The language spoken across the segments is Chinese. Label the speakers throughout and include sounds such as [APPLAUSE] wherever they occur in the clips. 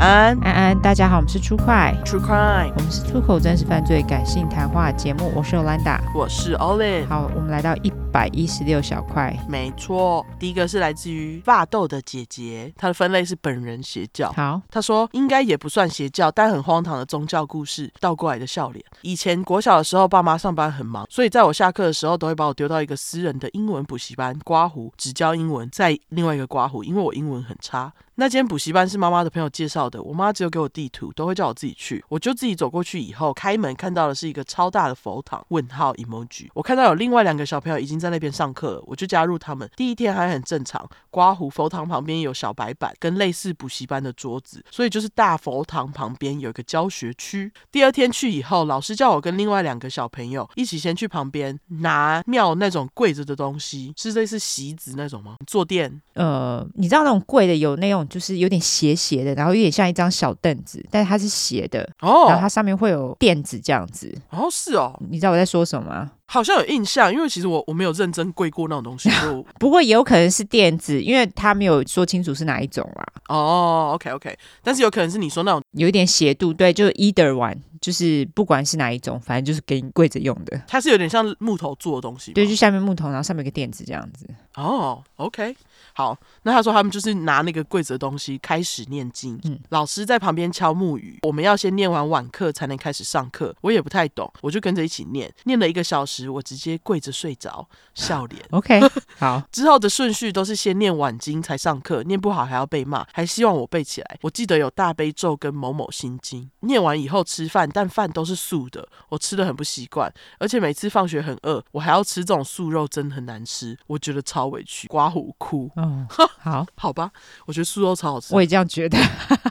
Speaker 1: 安
Speaker 2: 安安，大家好，我们是出快，
Speaker 1: ，True Crime，
Speaker 2: 我们是出口真实犯罪感性谈话节目，我是 Olanda。
Speaker 1: 我是 Olive。
Speaker 2: 好，我们来到一百一十六小块。
Speaker 1: 没错，第一个是来自于发豆的姐姐，她的分类是本人邪教。
Speaker 2: 好，
Speaker 1: 她说应该也不算邪教，但很荒唐的宗教故事，倒过来的笑脸。以前国小的时候，爸妈上班很忙，所以在我下课的时候，都会把我丢到一个私人的英文补习班，刮胡只教英文，在另外一个刮胡，因为我英文很差。那间补习班是妈妈的朋友介绍的，我妈只有给我地图，都会叫我自己去。我就自己走过去以后，开门看到的是一个超大的佛堂，问号 emoji。我看到有另外两个小朋友已经在那边上课了，我就加入他们。第一天还很正常，刮胡佛堂旁边有小白板跟类似补习班的桌子，所以就是大佛堂旁边有一个教学区。第二天去以后，老师叫我跟另外两个小朋友一起先去旁边拿庙那种柜子的东西，是类似席子那种吗？坐垫
Speaker 2: 呃，你知道那种贵的有那种就是有点斜斜的，然后有点像一张小凳子，但是它是斜的，然后它
Speaker 1: 哦
Speaker 2: 上面会有垫子这样子。
Speaker 1: 哦是哦，
Speaker 2: 你知道我在说什么吗？
Speaker 1: 好像有印象，因为其实我我没有认真跪过那种
Speaker 2: [LAUGHS]
Speaker 1: 东西，就
Speaker 2: 不过也有可能是垫子，因为它没有说清楚是哪一种啦，
Speaker 1: 哦，OK OK，但是有可能是你说那种
Speaker 2: 有一点斜度。对，就是 either one，就是不管是哪一种，反正就是给你跪着用的。
Speaker 1: 它是有点像木头做的东西吗，
Speaker 2: 对，就下面木头，然后上面有个垫子这样子。
Speaker 1: 哦，OK，好，那他说他们就是拿那个柜子的东西开始念经，
Speaker 2: 嗯
Speaker 1: 老师在旁边敲木鱼，我们要先念完晚课才能开始上课，我也不太懂，我就跟着一起念，念了一个小时，我直接跪着睡着，笑脸。
Speaker 2: OK，好，
Speaker 1: 之后的顺序都是先念晚经才上课，念不好还要被骂，还希望我背起来。我记得有大悲咒跟某某心经，念完以后吃饭，但饭都是素的，我吃的很不习惯，而且每次放学很饿，我还要吃这种素肉，真的很难吃，我觉得超委屈，刮胡哭。
Speaker 2: 哦，好，
Speaker 1: 好吧，我觉得素肉超好吃
Speaker 2: 我，也这样觉得。
Speaker 1: [LAUGHS]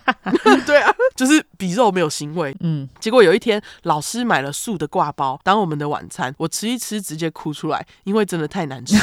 Speaker 1: 对啊，就是比肉没有腥味。
Speaker 2: 嗯，
Speaker 1: 结果有一天，老师买了素的挂包当我们的晚餐，我吃一吃直接哭出来，因为真的太难吃。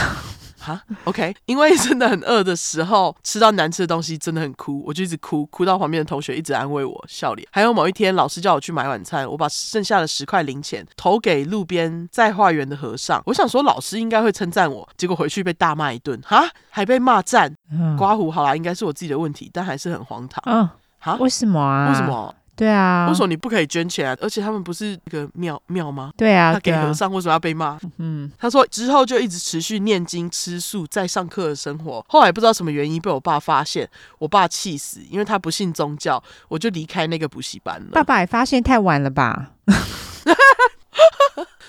Speaker 1: 哈 o k 因为真的很饿的时候，吃到难吃的东西真的很哭，我就一直哭，哭到旁边的同学一直安慰我，笑脸。还有某一天，老师叫我去买晚餐，我把剩下的十块零钱投给路边在化缘的和尚。我想说老师应该会称赞我，结果回去被大骂一顿，哈，还被骂赞，
Speaker 2: 嗯，
Speaker 1: 刮胡好啦，应该是我自己的问题，但还是很荒唐。
Speaker 2: 嗯，
Speaker 1: 哈，
Speaker 2: 为什么啊？
Speaker 1: 为什？么？
Speaker 2: 对啊，
Speaker 1: 为什么？你不可以捐钱啊？而且他们不是那个庙庙吗？
Speaker 2: 对啊，
Speaker 1: 他给
Speaker 2: 对啊
Speaker 1: 和，尚为什么要被骂？
Speaker 2: 嗯，
Speaker 1: 他说之后就一直持续念经、吃素，在上课的生活。后来不知道什么原因被我爸发现，我爸气死，因为他不信宗教，我就离开那个补习班
Speaker 2: [LAUGHS] 爸
Speaker 1: 了。
Speaker 2: 爸也发现太晚了吧？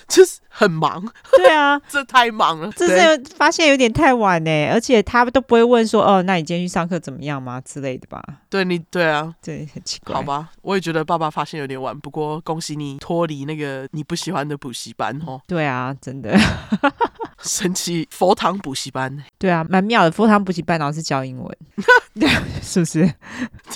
Speaker 1: 就是很忙，
Speaker 2: [LAUGHS] 对啊，
Speaker 1: 这太忙了。
Speaker 2: 这
Speaker 1: 对
Speaker 2: 是发现有点太晚呢，而且他们都不会问说，哦，那你今天去上课怎么样吗之类的吧？
Speaker 1: 对你对啊，
Speaker 2: 对，很奇怪。
Speaker 1: 好，吧，我也觉得爸爸发现有点晚，不过恭喜你脱离那个你不喜欢的补习班哦，
Speaker 2: 对啊，真的， [LAUGHS]
Speaker 1: 神奇佛堂补习班。
Speaker 2: 对啊，蛮妙的。佛堂补习班老师教英文， [LAUGHS] 对，是不是？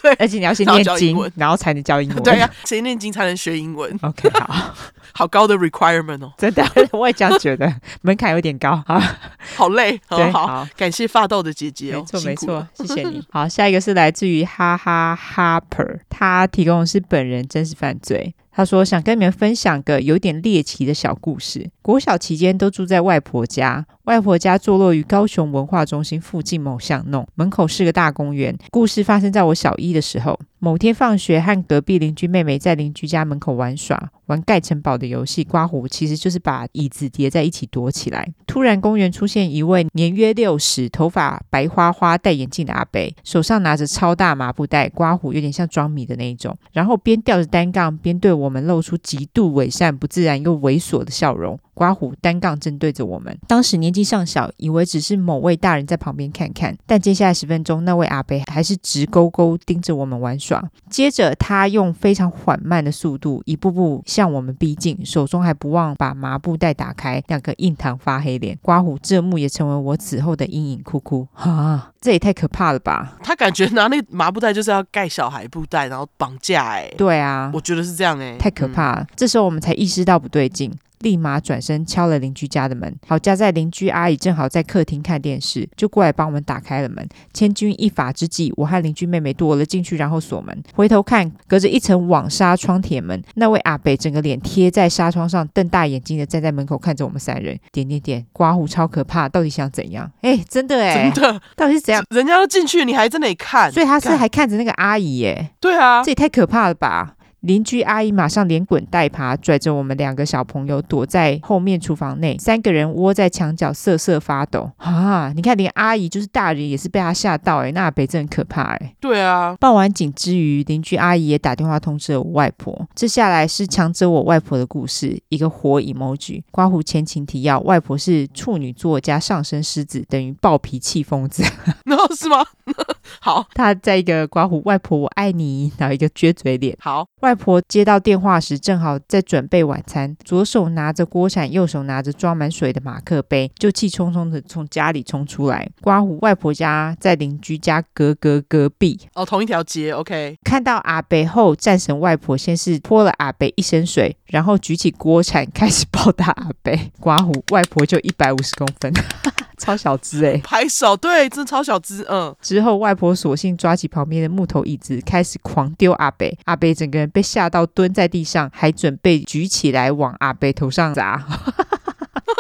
Speaker 1: 对
Speaker 2: 而且你要先
Speaker 1: 然后
Speaker 2: 念
Speaker 1: 教英
Speaker 2: 经
Speaker 1: 文，
Speaker 2: 然后才能教英文。啊
Speaker 1: 对呀、谁念经才能学英文？
Speaker 2: [LAUGHS] OK，好，
Speaker 1: 好高的 requirement 哦，
Speaker 2: 真的， [LAUGHS] 我也这样觉得，门槛有点高啊。
Speaker 1: 好累。好
Speaker 2: 对，
Speaker 1: 好，
Speaker 2: 好，
Speaker 1: 感谢发豆的姐姐哦，
Speaker 2: 没错
Speaker 1: 辛
Speaker 2: 没
Speaker 1: 苦
Speaker 2: 错
Speaker 1: 了，，
Speaker 2: 谢谢
Speaker 1: [LAUGHS]
Speaker 2: 你。好，下一个是来自于哈哈 Harper，他提供的是本人真实犯罪。他说想跟你们分享个有点猎奇的小故事。国小期间都住在外婆家，外婆家坐落于高雄文化中心附近某巷弄，门口是个大公园。故事发生在我小一的时候。某天放学，和隔壁邻居妹妹在邻居家门口玩耍，玩盖城堡的游戏。刮胡其实就是把椅子叠在一起躲起来。突然，公园出现一位年约六十、头发白花花、戴眼镜的阿伯，手上拿着超大麻布袋，刮胡有点像装米的那一种，然后边吊着单杠，边对我们露出极度伪善、不自然又猥琐的笑容。刮胡单杠正对着我们。当时年纪尚小，以为只是某位大人在旁边看看，但接下来十分钟，那位阿伯还是直勾勾盯着我们玩耍。接着，他用非常缓慢的速度，一步步向我们逼近，手中还不忘把麻布袋打开，两个印堂发黑脸。刮胡这幕也成为我此后的阴影，哭哭啊！这也太可怕了吧？
Speaker 1: 他感觉拿那个麻布袋就是要盖小孩布袋，然后绑架哎、
Speaker 2: 对啊，
Speaker 1: 我觉得是这样哎、
Speaker 2: 太可
Speaker 1: 嗯
Speaker 2: 怕了。这时候我们才意识到不对劲。立马转身敲了邻居家的门。好家在邻居阿姨正好在客厅看电视，就过来帮我们打开了门。千钧一发之际，我和邻居妹妹躲了进去，然后锁门。回头看，隔着一层网纱窗铁门，那位阿北整个脸贴在纱窗上，瞪大眼睛的站在门口看着我们三人。点点点，刮胡超可怕，到底想怎样？哎，真的哎
Speaker 1: 嗯真，的，
Speaker 2: 到底是怎样？
Speaker 1: 人家都进去，你还在那里看，
Speaker 2: 所以他是
Speaker 1: 干
Speaker 2: 还看着那个阿姨耶。
Speaker 1: 对啊
Speaker 2: 这，也太可怕了吧！邻居阿姨马上连滚带爬，拽着我们两个小朋友躲在后面厨房内，三个人窝在墙角瑟瑟发抖啊！你看，连阿姨就是大人也是被她吓到哎、那阿北真的很可怕哎、
Speaker 1: 对啊， [LAUGHS]
Speaker 2: 报完警之余，邻居阿姨也打电话通知了我外婆。这下来是强者我外婆的故事，一个火 emoji。刮胡前情提要：外婆是处女座加上升狮子，等于暴脾气疯子。 [LAUGHS]
Speaker 1: 然后是吗？ [LAUGHS] 好
Speaker 2: 她在一个刮胡，外婆我爱你，然后一个撅嘴脸。
Speaker 1: 好，
Speaker 2: 外婆接到电话时，正好在准备晚餐，左手拿着锅铲，右手拿着装满水的马克杯，就气冲冲的从家里冲出来。刮胡外婆家在邻居家隔隔隔壁，
Speaker 1: 哦，同一条街，OK，
Speaker 2: 看到阿北后，战神外婆先是泼了阿北一身水，然后举起锅铲开始暴打阿北。刮胡外婆就一百五十公分， [LAUGHS] 超小只哎、
Speaker 1: 拍手，对，真的超小只，嗯，
Speaker 2: 之后，外婆索性抓起旁边的木头椅子，开始狂丢阿北。阿北整个人被吓到蹲在地上，还准备举起来往阿北头上砸。 [LAUGHS]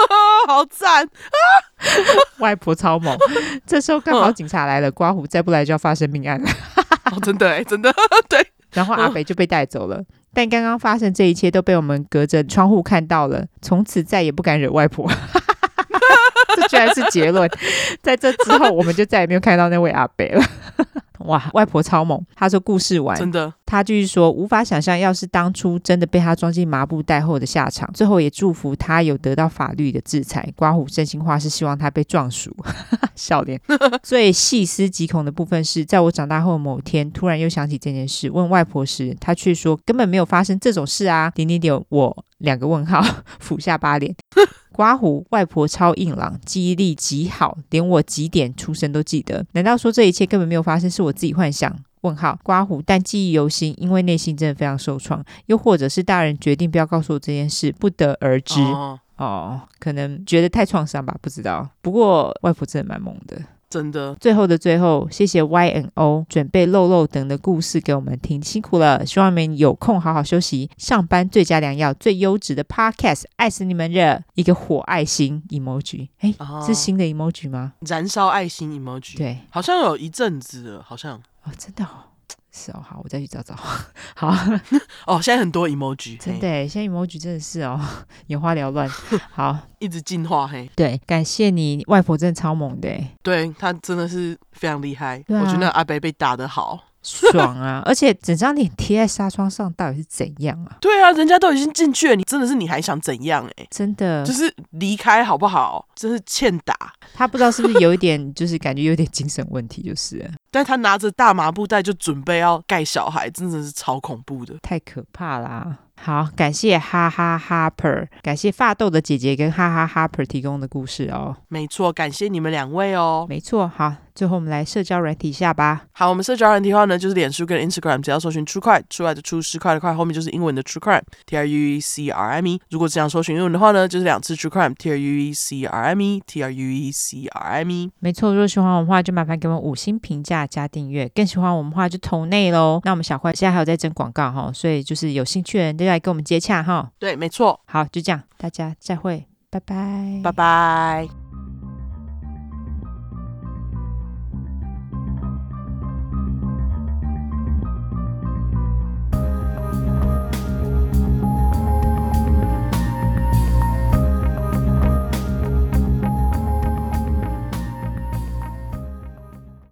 Speaker 1: 啊，好赞，
Speaker 2: 外婆超猛。这时候刚好警察来了，刮胡再不来就要发生命案了。 [LAUGHS]
Speaker 1: 哦，真的哎，真的，对，
Speaker 2: 然后阿北就被带走了。但刚刚发生这一切都被我们隔着窗户看到了，从此再也不敢惹外婆。这居然是结论。在这之后，我们就再也没有看到那位阿北了。 [LAUGHS] 哇，外婆超猛！她说故事完，
Speaker 1: 真的，
Speaker 2: 他就是说，无法想象，要是当初真的被他装进麻布袋后的下场。最后也祝福他有得到法律的制裁。刮胡真心话是希望他被撞熟， [LAUGHS] 笑脸。最细思极恐的部分是，在我长大后某天，突然又想起这件事，问外婆时，她却说根本没有发生这种事啊！点点点，我两个问号， [LAUGHS] 俯下巴脸。 [LAUGHS] 刮胡外婆超硬朗，记忆力极好，连我几点出生都记得。难道说这一切根本没有发生，是我自己幻想？问号刮胡，但记忆犹新，因为内心真的非常受创，又或者是大人决定不要告诉我这件事，不得而知哦
Speaker 1: 哦，
Speaker 2: 可能觉得太创伤吧，不知道。不过外婆真的蛮猛的。
Speaker 1: 真的，
Speaker 2: 最后的最后，谢谢 Y N O 准备漏漏等的故事给我们听，辛苦了，希望你们有空好好休息，上班最佳良药，最优质的 Podcast，爱死你们了！一个火爱心 emoji，哎，
Speaker 1: 哦
Speaker 2: 是新的 emoji 吗？
Speaker 1: 燃烧爱心 emoji，，
Speaker 2: 对，
Speaker 1: 好像有一阵子了，好像，
Speaker 2: 哦，真的哦，是哦，好，我再去找找， [LAUGHS] 好。
Speaker 1: 哦，现在很多 emoji，
Speaker 2: 真
Speaker 1: 嘿
Speaker 2: 的耶，现在 emoji 真的是哦，眼花缭乱。好，
Speaker 1: 一直进化，嘿，
Speaker 2: 对，感谢你，外婆真的超猛的耶，
Speaker 1: 对他真的是非常厉害，
Speaker 2: 对啊
Speaker 1: 我觉得那个阿北被打得好。
Speaker 2: 爽啊！ [LAUGHS] 而且整张脸贴在纱窗上，到底是怎样啊？
Speaker 1: 对啊，人家都已经进去了，你真的是你还想怎样、欸？
Speaker 2: 真
Speaker 1: [LAUGHS]
Speaker 2: 的
Speaker 1: 就，是离开好不好？真是欠打。
Speaker 2: 他不知道是不是有一点，就是感觉有点精神问题，就是了
Speaker 1: 但他拿着大麻布袋就准备要盖小孩，真的是超恐怖的。
Speaker 2: 太可怕啦、好，感谢哈哈哈 per，感谢发豆的姐姐跟哈哈哈 per 提供的故事哦。
Speaker 1: 没错，感谢你们两位哦。
Speaker 2: 没错，好，最后我们来社交软体一下吧。
Speaker 1: 好，我们社交软体的话呢，就是脸书跟 Instagram，只要搜寻 True Crime，出来就出十块的块，后面就是英文的 True Crime，T R U E C R M E。如果只想搜寻英文的话呢，就是两次 True Crime，T R U E C R M E，T R U E C R M E。
Speaker 2: 没错，如果喜欢我们的话，就麻烦给我们五星评价加订阅。更喜欢我们的话，就投内喽。那我们小坏现在还有在征广告哈，所以就是有兴趣的人就来跟我们接洽哈。
Speaker 1: 对，没错。
Speaker 2: 好，就这样，大家再会，拜拜，
Speaker 1: 拜拜。